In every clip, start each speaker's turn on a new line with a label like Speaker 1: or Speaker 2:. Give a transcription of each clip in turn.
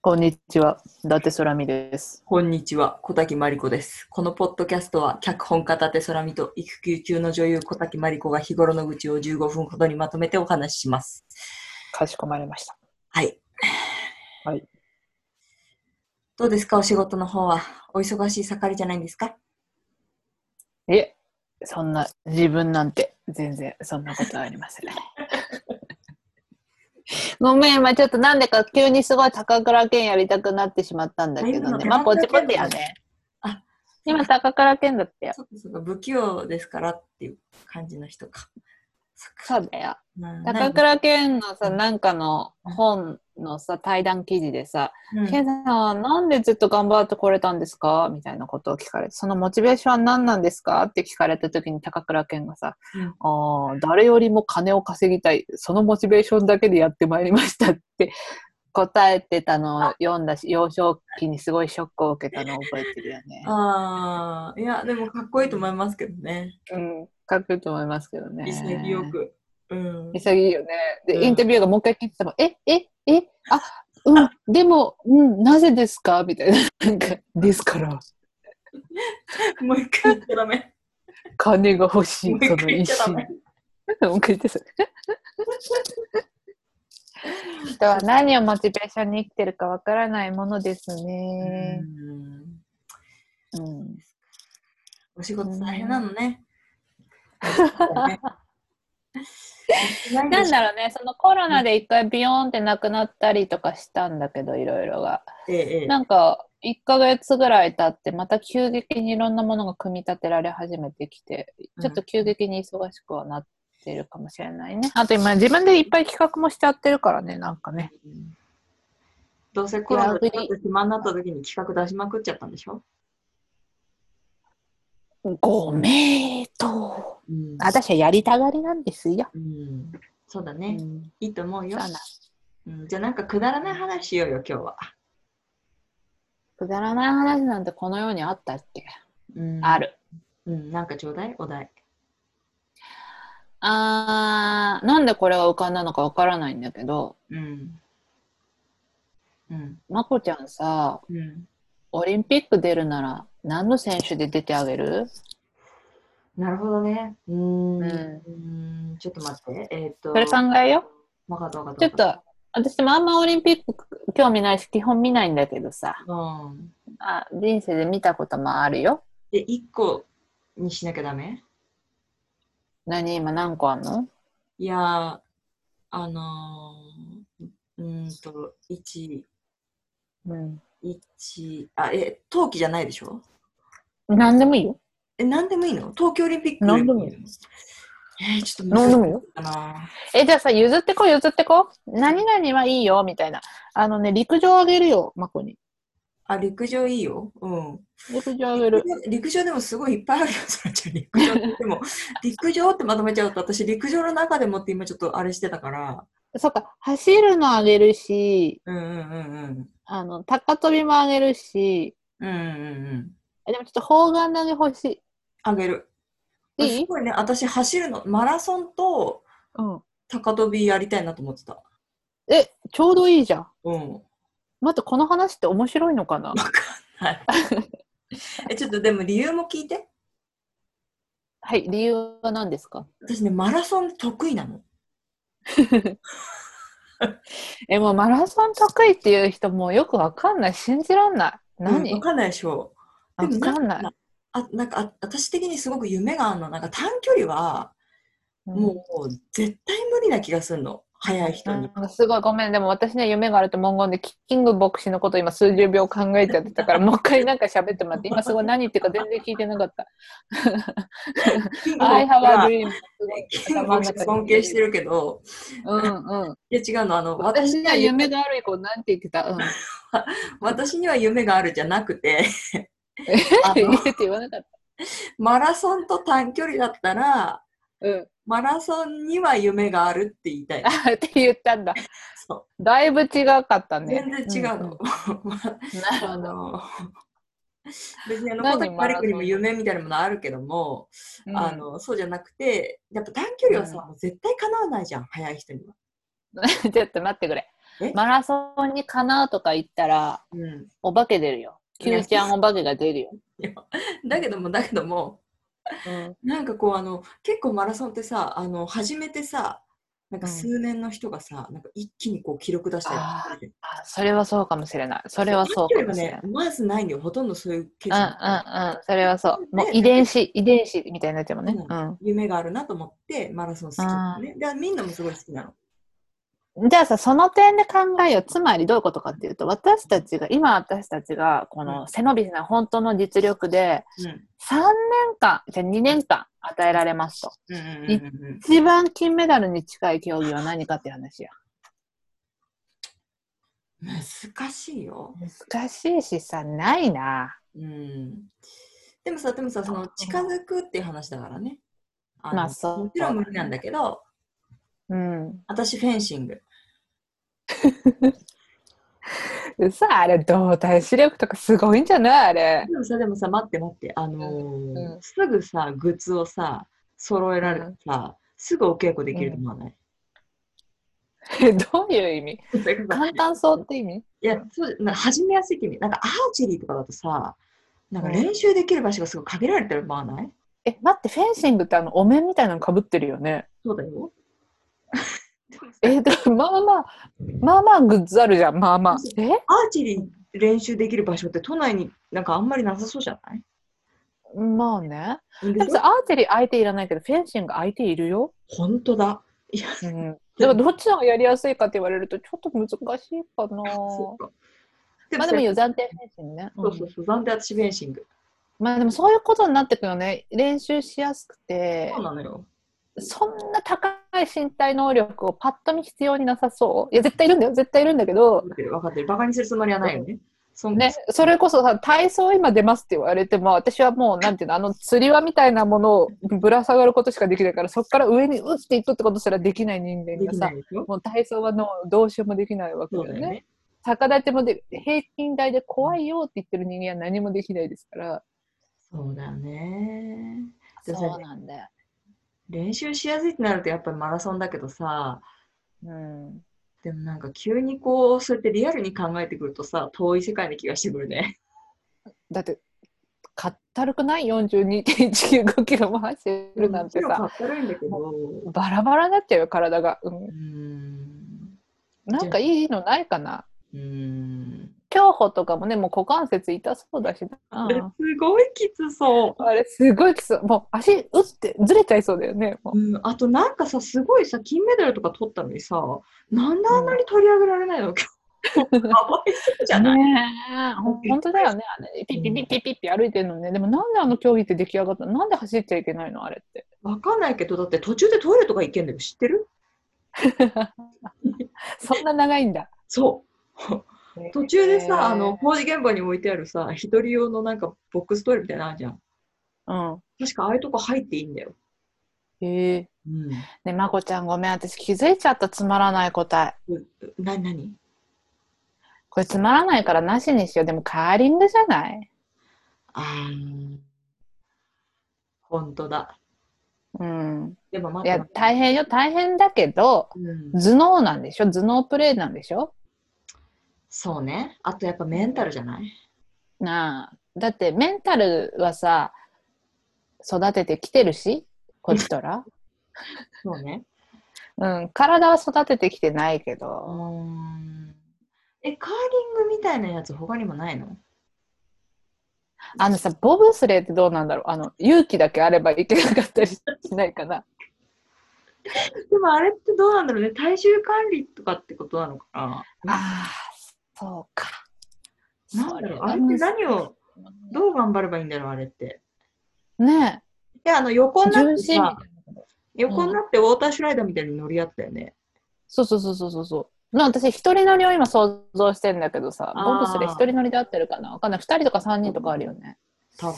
Speaker 1: こんにちは、伊達空美です。
Speaker 2: こんにちは、小滝真理子です。このポッドキャストは、脚本家立空見と育休中の女優小滝真理子が日頃の愚痴を15分ほどにまとめてお話しします。
Speaker 1: かしこまりました。
Speaker 2: はい。
Speaker 1: はい。
Speaker 2: どうですか、お仕事の方は。お忙しい盛りじゃないんですか
Speaker 1: いえ、そんな自分なんて全然そんなことはありませ ん。ごめん、今ちょっとなんでか急にすごい高倉健やりたくなってしまったんだけどね。まあ、こっちこっちやね。
Speaker 2: あ
Speaker 1: 今高倉健だったよ。
Speaker 2: そっかそっか、不器用ですからっていう感じの人か。そっか。
Speaker 1: そうだよ。
Speaker 2: うん
Speaker 1: 高、倉健のさ、なんかの本のさ、対談記事でさ、
Speaker 2: うん
Speaker 1: ケイさんはなんでずっと頑張ってこれたんですかみたいなことを聞かれて、そのモチベーションは何なんですかって聞かれた時に高倉健がさ、
Speaker 2: うん
Speaker 1: あー誰よりも金を稼ぎたい、そのモチベーションだけでやってまいりましたって答えてたのを読んだし、幼少期にすごいショックを受けたのを覚えてるよね。
Speaker 2: ああ、いや、でもかっこいいと思いますけどね。
Speaker 1: うん、かっこいいと思いますけどね。
Speaker 2: 潔く。うん。
Speaker 1: 潔いよね。で、
Speaker 2: うん
Speaker 1: インタビューがもう一回聞いてても、え、え、え、あ、うん、でも、うん、なぜですかみたいな。なんか、ですから、
Speaker 2: もう一回言っちゃダメ。
Speaker 1: 金が欲し
Speaker 2: もう
Speaker 1: い、
Speaker 2: 一
Speaker 1: そ
Speaker 2: 回
Speaker 1: の
Speaker 2: 言っ
Speaker 1: 一
Speaker 2: ちゃダ
Speaker 1: 心。
Speaker 2: メ。
Speaker 1: もう一回言ってそれ。人は何をモチベーションに生きてるかわからないものですね。
Speaker 2: うん
Speaker 1: うん。
Speaker 2: お仕事大変なのね。
Speaker 1: なんだろうね、そのコロナで一回ビヨーンってなくなったりとかしたんだけど、いろいろが。
Speaker 2: ええええ
Speaker 1: なんか、1ヶ月ぐらい経って、また急激にいろんなものが組み立てられ始めてきて、ちょっと急激に忙しくはなってるかもしれないね。あと今、自分でいっぱい企画もしちゃってるからね、なんかね。
Speaker 2: どうせコロナでちょっと暇になった時に企画出しまくっちゃったんでしょ、
Speaker 1: ごめーと。
Speaker 2: うん
Speaker 1: 私はやりたがりなんですよ。
Speaker 2: うん、そうだ
Speaker 1: う
Speaker 2: ね、
Speaker 1: ん、
Speaker 2: いいと思う
Speaker 1: そ
Speaker 2: よ
Speaker 1: う、な
Speaker 2: うん。じゃあなんかくだらない話しようよ、今日は。
Speaker 1: くだらない話なんてこの世にあったっけ、
Speaker 2: うん、
Speaker 1: あ。る。
Speaker 2: うん、なんかちょうだい、お題。
Speaker 1: あー、なんでこれが浮かんだのかわからないんだけど、
Speaker 2: うん。うん。
Speaker 1: まこちゃんさ、
Speaker 2: うん。
Speaker 1: オリンピック出るなら何の選手で出てあげる
Speaker 2: なるほどね。うーん。
Speaker 1: うん
Speaker 2: んちょっと待って。えーっと。
Speaker 1: それ考えよ
Speaker 2: わかったわかっ
Speaker 1: う。
Speaker 2: た
Speaker 1: ちょ
Speaker 2: わ
Speaker 1: っ
Speaker 2: かった。
Speaker 1: と、私もあんまオリンピック興味ないし、基本見ないんだけどさ、
Speaker 2: うん。
Speaker 1: あ人生で見たこともあるよ。
Speaker 2: で、一個にしなきゃダメ
Speaker 1: 何今何個あんの
Speaker 2: いやー、あのー、うーんと、一、
Speaker 1: うん。
Speaker 2: 一、あ、え、冬季じゃないでしょ
Speaker 1: 何でもいいよ。
Speaker 2: え、なんでもいいの東京オリンピック
Speaker 1: なんでもいい
Speaker 2: のえー、ちょっと
Speaker 1: 何でもいいよ。
Speaker 2: かな。
Speaker 1: え、じゃあさ、譲ってこ、譲ってこ。何々はいいよ、みたいな。あのね、陸上あげるよ、マコに。
Speaker 2: あ、陸上いいよ。うん。
Speaker 1: 陸上あげる。
Speaker 2: 陸上でもすごいいっぱいあるよ、そらちゃん。陸上で も、陸上ってまとめちゃうと、私、陸上の中でもって今ちょっとあれしてたから。
Speaker 1: そっか、走るのあげるし、
Speaker 2: うんうんうん
Speaker 1: あの、高跳びもあげるし、
Speaker 2: うん。うんうんうん。
Speaker 1: えでもちょっと砲丸投げ欲し
Speaker 2: あげる。
Speaker 1: い。い
Speaker 2: す
Speaker 1: い
Speaker 2: ごいね、私、走るの、マラソンと
Speaker 1: うん。
Speaker 2: 高跳びやりたいなと思ってた。
Speaker 1: え、ちょうどいいじゃん。
Speaker 2: うん。
Speaker 1: 待って、この話って面白いのか な
Speaker 2: え、ちょっとでも理由も聞いて。
Speaker 1: はい、理由は何ですか
Speaker 2: 私ね、マラソン得意なの。
Speaker 1: え、もうマラソン得意っていう人もうよくわかんない。信じらんない。何、
Speaker 2: うんわかんないでしょ。
Speaker 1: わかんない。
Speaker 2: あ、なんか、あ私的にすごく夢があるの。なんか短距離は、もう絶対無理な気がするの。速い人に。
Speaker 1: うん、すごいごめんでも私ね夢があると文言でキッキング牧師のこと今数十秒考えちゃって たからもう一回なんか喋ってもらって今すごい何言ってるか全然聞いてなか った「I have a dream」す
Speaker 2: キ
Speaker 1: ご
Speaker 2: ン
Speaker 1: い
Speaker 2: グボクシー尊敬してるけど、
Speaker 1: うんうん
Speaker 2: いや違うの、あの、
Speaker 1: 私
Speaker 2: 私
Speaker 1: に
Speaker 2: に
Speaker 1: は
Speaker 2: は夢、
Speaker 1: 夢がある以降なんて言ってたうん
Speaker 2: 私には夢があるじゃなく て、あ
Speaker 1: 言
Speaker 2: の
Speaker 1: えって言わなかった
Speaker 2: マラソンと短距離だったら、
Speaker 1: うん
Speaker 2: マラソンには夢があるって言いたいの。
Speaker 1: あって言ったんだ
Speaker 2: そ
Speaker 1: だいぶ違かった
Speaker 2: う
Speaker 1: ね
Speaker 2: 全然違うの。
Speaker 1: んん
Speaker 2: あ
Speaker 1: なるほど
Speaker 2: の別にあの
Speaker 1: 何
Speaker 2: 小滝マリクにも夢みたいなものあるけども、
Speaker 1: うん
Speaker 2: あのそうじゃなくてやっぱ短距離はさ、もう絶対叶わないじゃん早い人には。
Speaker 1: ちょっと待ってくれ
Speaker 2: え
Speaker 1: マラソンにかなうとか言ったら、
Speaker 2: うん。
Speaker 1: お化け出るよ。
Speaker 2: い
Speaker 1: キ
Speaker 2: や
Speaker 1: ューちゃんお化けが出るよ。
Speaker 2: だけども、だけども、
Speaker 1: うん、
Speaker 2: なんかこう、あの、結構マラソンってさ、あの、始めてさ、なんか
Speaker 1: うん
Speaker 2: 数年の人がさ、なんか一気にこう記録出したり
Speaker 1: あー
Speaker 2: するじゃん
Speaker 1: あそれはそうかもしれない。それはそう
Speaker 2: よ
Speaker 1: かも
Speaker 2: りも
Speaker 1: しれない
Speaker 2: ね。、まずないんだよ。ほとんどそういうケ
Speaker 1: うんう
Speaker 2: ー
Speaker 1: んうん、それはそう。もう
Speaker 2: で
Speaker 1: 遺伝子、遺伝子みたいになっちゃうもんね。う
Speaker 2: ス。夢があるなと思って、マラソン好きなのね。で、みんなもすごい好きなの。
Speaker 1: ん。じゃあさ、その点で考えよう。つまりどういうことかっていうと、私たちが、今私たちが、こ
Speaker 2: う
Speaker 1: の背伸びしない本当の実力で、
Speaker 2: うん。
Speaker 1: 3年間、じゃあ2年間与えられますと。
Speaker 2: うんうんうんうんうん。
Speaker 1: 一番金メダルに近い競技は何かっていう話や。
Speaker 2: 難しいよ。
Speaker 1: 難しいしさ、ないな。
Speaker 2: うん。でもさ、でもさ、その近づくっていう話だからね。あの
Speaker 1: まあそう
Speaker 2: もちろん無理なんだけど、
Speaker 1: うん。
Speaker 2: 私フェンシング。
Speaker 1: さあ、あれ、動体視力とかすごいんじゃないあれ。
Speaker 2: でもさ、でもさ、待って待って、あのー
Speaker 1: うん
Speaker 2: すぐさ、グッズをさ、揃えられてさ、すぐお稽古できると思わない、
Speaker 1: どういう意味
Speaker 2: だからさ
Speaker 1: 簡単そうって意味
Speaker 2: いや、そうな始めやすいって意味。なんかアーチェリーとかだとさ、なんか
Speaker 1: うん
Speaker 2: 練習できる場所がすごい限られてるまあない
Speaker 1: え、待って、フェンシングってあの、お面みたいなのかぶってるよね。
Speaker 2: そうだ よ。
Speaker 1: え、でもまあまあ、まあまあグッズあるじゃん、まあまあ。え
Speaker 2: アーチェリー練習できる場所って都内になんかあんまりなさそうじゃない
Speaker 1: まあね。
Speaker 2: で
Speaker 1: でも
Speaker 2: しょ
Speaker 1: さ、アーチェリー相手いらないけど、フェンシング相手いるよ。
Speaker 2: 本当だ。いや、
Speaker 1: うん。だからどっちの方がやりやすいかって言われると、ちょっと難しいか な。
Speaker 2: そうか。
Speaker 1: まあでもいいよ、暫定フェンシングね。
Speaker 2: そううそ
Speaker 1: ん
Speaker 2: うそう、暫定私フェンシング。
Speaker 1: まあでもそういうことになってくよね。練習しやすくて
Speaker 2: そう、なのよ。
Speaker 1: そんな高い身体能力をパッと見必要になさそう。いや、絶対いるんだよ、絶対いるんだけど、
Speaker 2: 分かってる、分かってる。バカにするつもりはないよね。そん
Speaker 1: ね、それこそさ体操今出ますって言われても私はもうなんていうのあの釣り輪みたいなものをぶら下がることしかできないからそこから上に打っていくってことすらできない人間
Speaker 2: で
Speaker 1: が
Speaker 2: き
Speaker 1: さ
Speaker 2: ないでしょ。
Speaker 1: もう体操はのどうしようもできないわけ
Speaker 2: そ
Speaker 1: だよ
Speaker 2: うだ
Speaker 1: ね
Speaker 2: よね。
Speaker 1: 逆立ちもで平均台で怖いよって言ってる人間は何もできないですから
Speaker 2: そうだよね。でもさ
Speaker 1: そうなんだよ、
Speaker 2: 練習しやすいってなるとやっぱりマラソンだけどさ、
Speaker 1: うん、
Speaker 2: でもなんか急にこう、そうやってリアルに考えてくるとさ、遠い世界な気がしてくるね。
Speaker 1: だってかったるくない42.195キロも走るなんて
Speaker 2: もちろん
Speaker 1: さ
Speaker 2: かっこ悪いんだけど。
Speaker 1: バラバラになっちゃうよ体が、うん
Speaker 2: う、ーん。
Speaker 1: なんかいいのないかな
Speaker 2: うーん。
Speaker 1: 競歩とかもね、もう股関節痛そうだし
Speaker 2: あれす
Speaker 1: な。
Speaker 2: ごいきつそう。
Speaker 1: あれ、すごいきつい。もう足、打って、ずれちゃいそうだよね。もう
Speaker 2: うん、あとなんかさ、すごいさ、金メダルとか取ったのにさ、なんであんなに取り上げられないの、かわいそうじゃない、
Speaker 1: ねえ、ほん本当だよね。あれピッピッピッピッピッピッ歩いてるのね。でもなんであの競技って出来上がったのなんで走っちゃいけないのあれって。
Speaker 2: わかんないけど、だって途中でトイレとか行けんだよ、知ってる
Speaker 1: そんな長いんだ。
Speaker 2: そう。途中で
Speaker 1: へえ
Speaker 2: さ、あの、工事現場に置いてあるさ、一人用のなんかボックストイレみたいなのあるじゃん。
Speaker 1: うん。
Speaker 2: 確かああいうとこ入っていいんだよ。
Speaker 1: へえ。
Speaker 2: うん。
Speaker 1: ねまこちゃんごめん。私気づいちゃった。つまらない答え。
Speaker 2: な、なに
Speaker 1: これつまらないからなしにしよう。でもカーリングじゃない
Speaker 2: あーほんとだ。
Speaker 1: うん。
Speaker 2: でも
Speaker 1: い
Speaker 2: 待って
Speaker 1: や、大変よ。大変だけど、
Speaker 2: うん、
Speaker 1: 頭脳なんでしょ頭脳プレイなんでしょ
Speaker 2: そうね。あとやっぱメンタルじゃない
Speaker 1: なあだってメンタルはさ育ててきてるしこっちとら、
Speaker 2: そうね。
Speaker 1: うん、体は育ててきてないけ
Speaker 2: う
Speaker 1: ど
Speaker 2: ーんえ、カーリングみたいなやつ他にもないの
Speaker 1: あのさボブスレーってどうなんだろうあの勇気だけあればいけなかったりしないかな
Speaker 2: でもあれってどうなんだろうね。体重管理とかってことなのかな
Speaker 1: あーそうか
Speaker 2: なんだろうあ
Speaker 1: そ
Speaker 2: れって何を、どう頑張ればいいんだろうあれって。
Speaker 1: ね
Speaker 2: いや、あの横
Speaker 1: え
Speaker 2: になっ
Speaker 1: 重心み
Speaker 2: て
Speaker 1: たい
Speaker 2: さ
Speaker 1: な、
Speaker 2: 横になってウォータースライダーみたいに乗り合ったよね。
Speaker 1: そうそうそうそうそうそうな私一人乗りを今想像してんだけどさ
Speaker 2: あー
Speaker 1: ボブスレー一人乗りで合ってるかなわかんない二人とか三人とかあるよね
Speaker 2: 多分。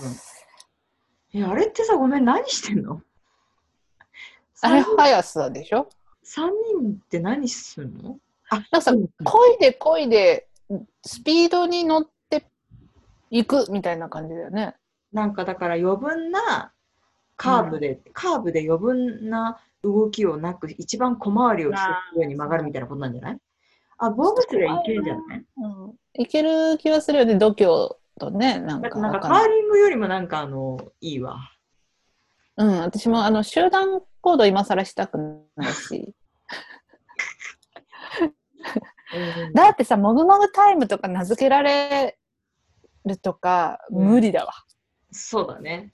Speaker 2: え、あれってさ、ごめん、何してんの
Speaker 1: あれ
Speaker 2: 三人
Speaker 1: 速さでしょ
Speaker 2: 三人って何すんのあ、
Speaker 1: なんかさ
Speaker 2: うん
Speaker 1: 漕いで漕いでスピードに乗っていくみたいな感じだよね。
Speaker 2: なんかだから余分なカーブで、カーブで余分な動きをなく、一番小回りをしてるように曲がるみたいなことなんじゃないあ、ボブスレーいけるんじゃない
Speaker 1: うん、いける気はするよね、度胸とね、なん
Speaker 2: なん
Speaker 1: か
Speaker 2: かなん
Speaker 1: わ
Speaker 2: か
Speaker 1: か
Speaker 2: カ
Speaker 1: んない
Speaker 2: ーリングよりもなんかあの、いいわ。
Speaker 1: うん、私もあの集団行動今更したくないし。だってさ、もぐもぐタイムとか名付けられるとか、
Speaker 2: うん
Speaker 1: 無理だわ。
Speaker 2: そうだね。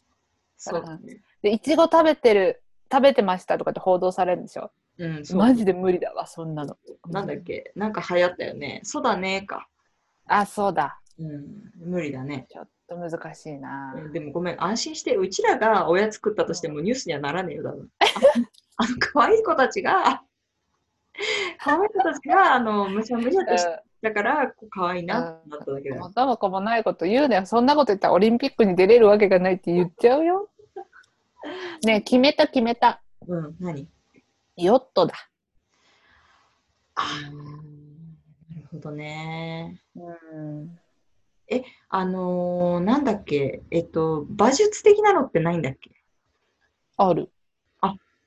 Speaker 2: そうだね。
Speaker 1: で、いちご食べてる、食べてましたとかって報道されるんでしょ。
Speaker 2: うん、そう
Speaker 1: マジで無理だわ、そんなの。
Speaker 2: なんだっけなんか流行ったよね。そうだねか。
Speaker 1: あ、そうだ。
Speaker 2: うん、無理だね。
Speaker 1: ちょっと難しいな。
Speaker 2: うんでもごめん、安心して、うちらが親作ったとしてもニュースにはならねえよ、多分。ああの、可愛い子たちが、可愛い子たちが、あの、むしゃむしゃとして
Speaker 1: う
Speaker 2: たから、こう可愛いなってなっただけだ
Speaker 1: ん、
Speaker 2: よ。
Speaker 1: 元も子もないこと言うなよ。そんなこと言ったらオリンピックに出れるわけがないって言っちゃう よ。ねえ決めた決めた。
Speaker 2: うん、何
Speaker 1: ヨットだ。
Speaker 2: あなるほどね。
Speaker 1: うん。
Speaker 2: あのー、なんだっけ、えっと、馬術的なのってないんだっけ
Speaker 1: ある。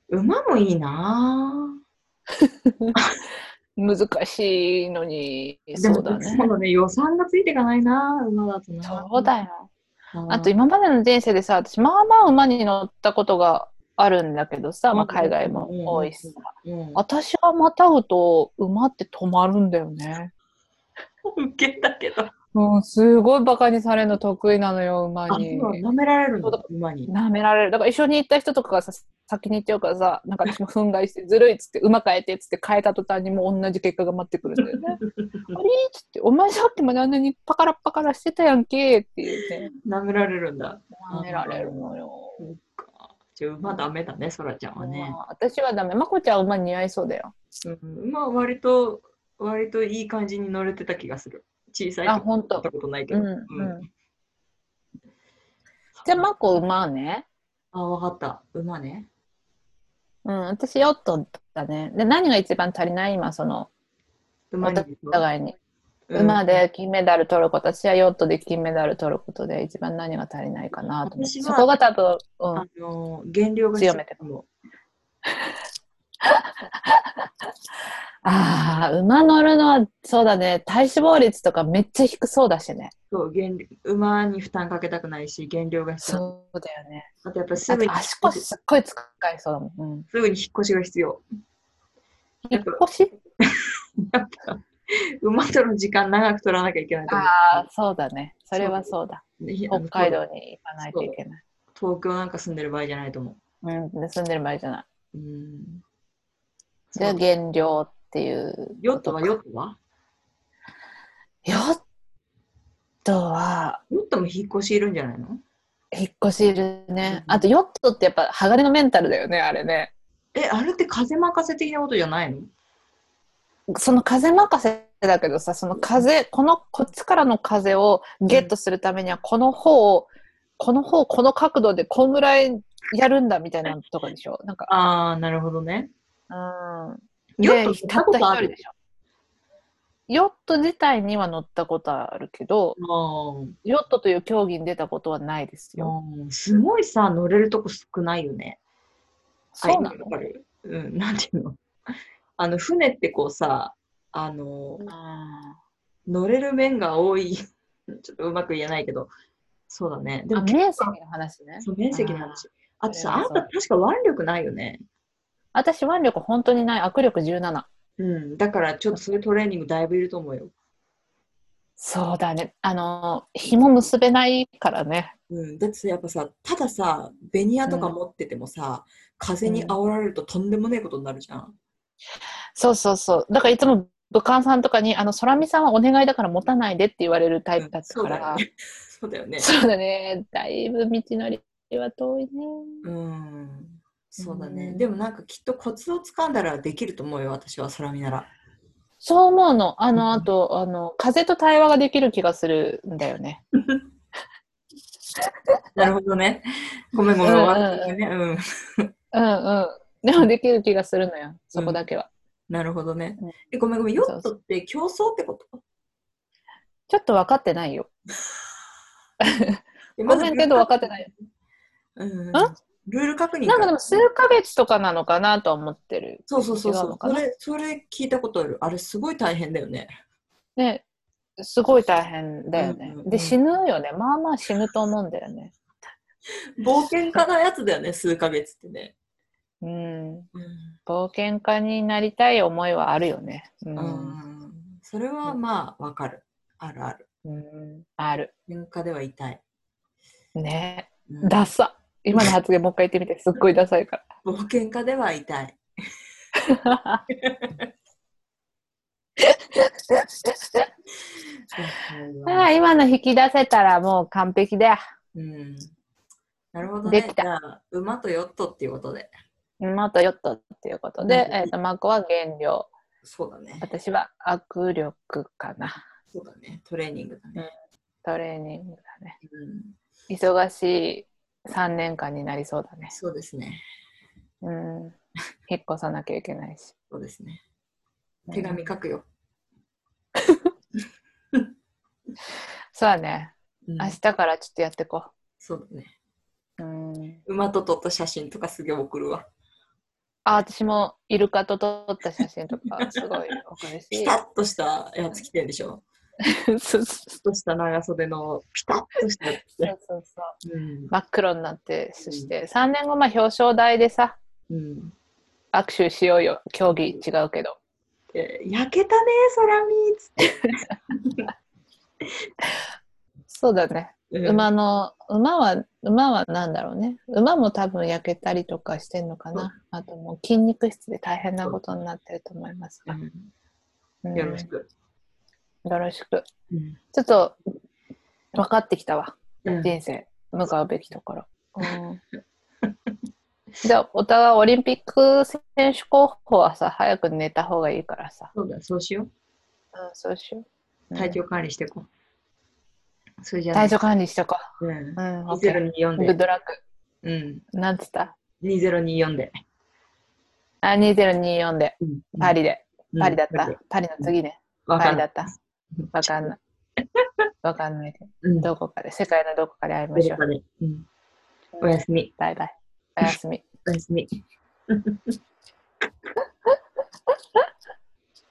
Speaker 2: 馬もいいなぁ。
Speaker 1: 難しいのに、
Speaker 2: でも
Speaker 1: そうだね。
Speaker 2: そうね、予算がついていかないなぁ、馬だとな。
Speaker 1: そうだよ。
Speaker 2: うん。
Speaker 1: あと今までの人生でさ、私、まあまあ馬に乗ったことがあるんだけどさ、まあ、海外も多いしさ。
Speaker 2: うん、
Speaker 1: 私はまたぐと馬って止まるんだよね。
Speaker 2: 受けたけど。
Speaker 1: うん、すごいバカにされるの得意なのよ、馬
Speaker 2: あ、
Speaker 1: に。
Speaker 2: そう、舐められる
Speaker 1: そうだ
Speaker 2: の、馬に。
Speaker 1: 舐められる。だから一緒に行った人とかがさ、先に行っちゃうからさ、なんか私も憤慨して、ずるいっつって、馬変えてっつって変えた途端にもう同じ結果が待ってくるんだ よね。あれっつって、お前さっきまであんなにパカラパカラしてたやんけって言って、
Speaker 2: 舐められるんだ。
Speaker 1: 舐められるのよ。
Speaker 2: じゃあ馬ダメだね、そらちゃんはね。
Speaker 1: まあ私はダメ。まこちゃんは馬似合いそうだよ。
Speaker 2: うん、馬は割と、割といい感じに乗れてた気がする。小さい
Speaker 1: あ、
Speaker 2: 時
Speaker 1: ほん
Speaker 2: 乗っ
Speaker 1: と
Speaker 2: た。ことないけ
Speaker 1: う
Speaker 2: ど。
Speaker 1: ん、うん。じゃあ、まこ馬ね。
Speaker 2: あ、わかった。馬ね。
Speaker 1: うん、私ヨットだね。で、何が一番足りない今、その、
Speaker 2: 馬
Speaker 1: お
Speaker 2: に。
Speaker 1: 互いに。
Speaker 2: うん
Speaker 1: 馬で金メダル取ること、私はヨットで金メダル取ることで一番何が足りないかなと思って。
Speaker 2: 私
Speaker 1: そ
Speaker 2: は
Speaker 1: こが多分、うん、
Speaker 2: あのー、減量が
Speaker 1: 強めて
Speaker 2: も
Speaker 1: ああ、馬乗るのはそうだね、体脂肪率とかめっちゃ低そうだしね。
Speaker 2: そう減量馬に負担かけたくないし、減量が必要。
Speaker 1: そうだよね。
Speaker 2: あとやっぱりす
Speaker 1: あ
Speaker 2: ぐに
Speaker 1: と足腰すっごい使いそうだもん。うん
Speaker 2: すぐに引っ越しが必要。
Speaker 1: 引っ越し
Speaker 2: やっぱ馬との時間長く取らなきゃいけないと思う。
Speaker 1: ああ、そうだね。それはそうだ。
Speaker 2: ねひあ
Speaker 1: 北
Speaker 2: の
Speaker 1: 海道に行かないといけない。
Speaker 2: 東京なんか住んでる場合じゃないと思
Speaker 1: うん、で住んでる場合じゃない。
Speaker 2: う。うん。
Speaker 1: じゃあ
Speaker 2: そう
Speaker 1: 減量っていう。
Speaker 2: ヨットはヨットは
Speaker 1: ヨットは、
Speaker 2: ヨットも引っ越しいるんじゃないの
Speaker 1: 引っ越しいるね。
Speaker 2: うん
Speaker 1: あとヨットってやっぱ鋼のメンタルだよね、あれね。
Speaker 2: え、あれって風任せ的なことじゃないの
Speaker 1: その風任せだけどさ、その風、このこっちからの風をゲットするためには、この方を、この方、この角度でこんぐらいやるんだみたいなのとかでしょ。なんか、
Speaker 2: ああ、なるほどね。
Speaker 1: うん。
Speaker 2: ヨ
Speaker 1: で
Speaker 2: ット乗ったこと
Speaker 1: たった
Speaker 2: あ
Speaker 1: 一人
Speaker 2: る
Speaker 1: でしょ。ヨット自体には乗ったことあるけど、
Speaker 2: うん
Speaker 1: ヨットという競技に出たことはないですよ。
Speaker 2: うんすごいさ、乗れるとこ少ないよね。
Speaker 1: そうなの
Speaker 2: わかるうん、なんていうのあの、船ってこうさ、あの、
Speaker 1: あ
Speaker 2: 乗れる面が多い。 ちょっとうまく言えないけど。そうだね。で
Speaker 1: ーあ
Speaker 2: も
Speaker 1: 面積の話ね。
Speaker 2: そう面積の話。あとさ、
Speaker 1: そ
Speaker 2: あ
Speaker 1: れ
Speaker 2: ん
Speaker 1: はそう
Speaker 2: た確か腕力ないよね。
Speaker 1: 私腕力本当にない握力17
Speaker 2: うん。だからちょっとそういうトレーニングだいぶいると思うよ。
Speaker 1: そうだねあの紐結べないからね
Speaker 2: うん、だってさやっぱさ、たださ、ベニヤとか持っててもさ、風に煽られるととんでもねえことになるじゃん。
Speaker 1: そうそうそうだからいつも武漢さんとかに「あの空見さんはお願いだから持たないで」って言われるタイプだった
Speaker 2: そう
Speaker 1: か
Speaker 2: だよ
Speaker 1: ら、
Speaker 2: ね。 そうだよ ね。
Speaker 1: そうだねだいぶ道のりは遠いね
Speaker 2: うん。そうだね。
Speaker 1: うん
Speaker 2: でもなんかきっとコツをつかんだらできると思うよ、私は、空 見なら。
Speaker 1: そう思うのあ
Speaker 2: うん
Speaker 1: のあとあの風と対話ができる気がするんだよね
Speaker 2: なるほどね。ごめんごめん、
Speaker 1: うんうん
Speaker 2: 終わったね。うん。
Speaker 1: うんうんでもできる気がするのよそこだけは、
Speaker 2: なるほどね
Speaker 1: うん。
Speaker 2: え、ごめんごめん、ヨットって競争ってこと
Speaker 1: ちょっと分かってないよ
Speaker 2: え
Speaker 1: ごめんけど分かって
Speaker 2: い。
Speaker 1: ない
Speaker 2: うん
Speaker 1: ん
Speaker 2: ルール確認
Speaker 1: なんかで
Speaker 2: か。
Speaker 1: も数ヶ月とかなのかなとは思ってる。
Speaker 2: そうそうそう
Speaker 1: 違う
Speaker 2: そ
Speaker 1: の
Speaker 2: う。
Speaker 1: か
Speaker 2: そ
Speaker 1: な
Speaker 2: れ、それ聞いたことある。あれ、すごい大変だよね。
Speaker 1: ね、すごい大変だよね。
Speaker 2: うんうんうん
Speaker 1: で、死ぬよね。まあまあ死ぬと思うんだよね。
Speaker 2: 冒険家のや つだよね、数ヶ月ってね。
Speaker 1: うん。
Speaker 2: うん
Speaker 1: 冒険家になりたい思いはあるよね。う。
Speaker 2: うんん。それはまあ、わかる。あるある。
Speaker 1: うん、ある。
Speaker 2: 喧嘩では痛い。
Speaker 1: ね。
Speaker 2: うん
Speaker 1: ダサ。今の発言もう一回言ってみて。すっごいダサいか
Speaker 2: 冒険家では痛い。
Speaker 1: ら。 ああ、今の引き出せたらもう完璧だよ。
Speaker 2: うん。なるほどね。
Speaker 1: できた
Speaker 2: じゃあ、馬とヨットっていうことで。
Speaker 1: またヨットっていうことで、
Speaker 2: うん
Speaker 1: えっ、と、マコは減量。
Speaker 2: そうだね。
Speaker 1: 私は握力かな。
Speaker 2: そうだね。トレーニングだね。
Speaker 1: トレーニングだね。
Speaker 2: うん。
Speaker 1: 忙しい3年間になりそうだね。
Speaker 2: そうですね。
Speaker 1: うん。引っ越さなきゃいけないし。
Speaker 2: そうですね。手紙書くよ。
Speaker 1: そうだね。
Speaker 2: うん
Speaker 1: 明日からちょっとやってこ
Speaker 2: そうだね。
Speaker 1: う。うん。
Speaker 2: 馬と撮った写真とかすげえ送るわ。
Speaker 1: あ、私もイルカと撮った写真と かすごい送る
Speaker 2: ピ
Speaker 1: し
Speaker 2: タ。ッとしたやつ着てるでしょ。
Speaker 1: そうそうそ
Speaker 2: ピタッとした長袖のピタッとしたやつ着て
Speaker 1: うそうそう。
Speaker 2: うん
Speaker 1: 真っ黒になって、そして3年後、まあ表彰台でさ、
Speaker 2: うん。
Speaker 1: 握手しようよ。競技違うけど。
Speaker 2: で焼けたね、ソラミーつって。
Speaker 1: そうだね。
Speaker 2: うん
Speaker 1: 馬の、馬は、馬は何だろうね。馬も多分焼けたりとかしてんのか
Speaker 2: そう
Speaker 1: な。あともう筋肉質で大変なことになってると思いますが。
Speaker 2: うんよろしく。
Speaker 1: うんよろしく。
Speaker 2: うん
Speaker 1: ちょっと、分かってきたわ。
Speaker 2: うん
Speaker 1: 人生、向かうべきとこ ろ。じゃあ、お互いオリンピック選手候補はさ、早く寝た方がいいからさ。
Speaker 2: そうだ、そうしよ
Speaker 1: うん、そうしよう。
Speaker 2: う。
Speaker 1: うん
Speaker 2: 体調管理していこう。それじゃ
Speaker 1: 体
Speaker 2: あ、
Speaker 1: 調管理しとこ
Speaker 2: うん
Speaker 1: う。うん、オッケー。
Speaker 2: 2024
Speaker 1: グッ
Speaker 2: で。
Speaker 1: ドラック。
Speaker 2: うん。
Speaker 1: なんつった
Speaker 2: 2024で。
Speaker 1: あ、2024で、
Speaker 2: うん
Speaker 1: パリで。
Speaker 2: うん
Speaker 1: パリだった
Speaker 2: パリ。
Speaker 1: パリの次ね。
Speaker 2: わ
Speaker 1: パ
Speaker 2: か
Speaker 1: リ
Speaker 2: んな
Speaker 1: だ
Speaker 2: い。
Speaker 1: った。わか んない。わかんないけど。
Speaker 2: うん
Speaker 1: どこかで、世界のどこかで会い
Speaker 2: パ
Speaker 1: ま
Speaker 2: リ
Speaker 1: しょう
Speaker 2: パ。リうんおやすみ。
Speaker 1: バイバイ。おやすみ。
Speaker 2: おやすみ。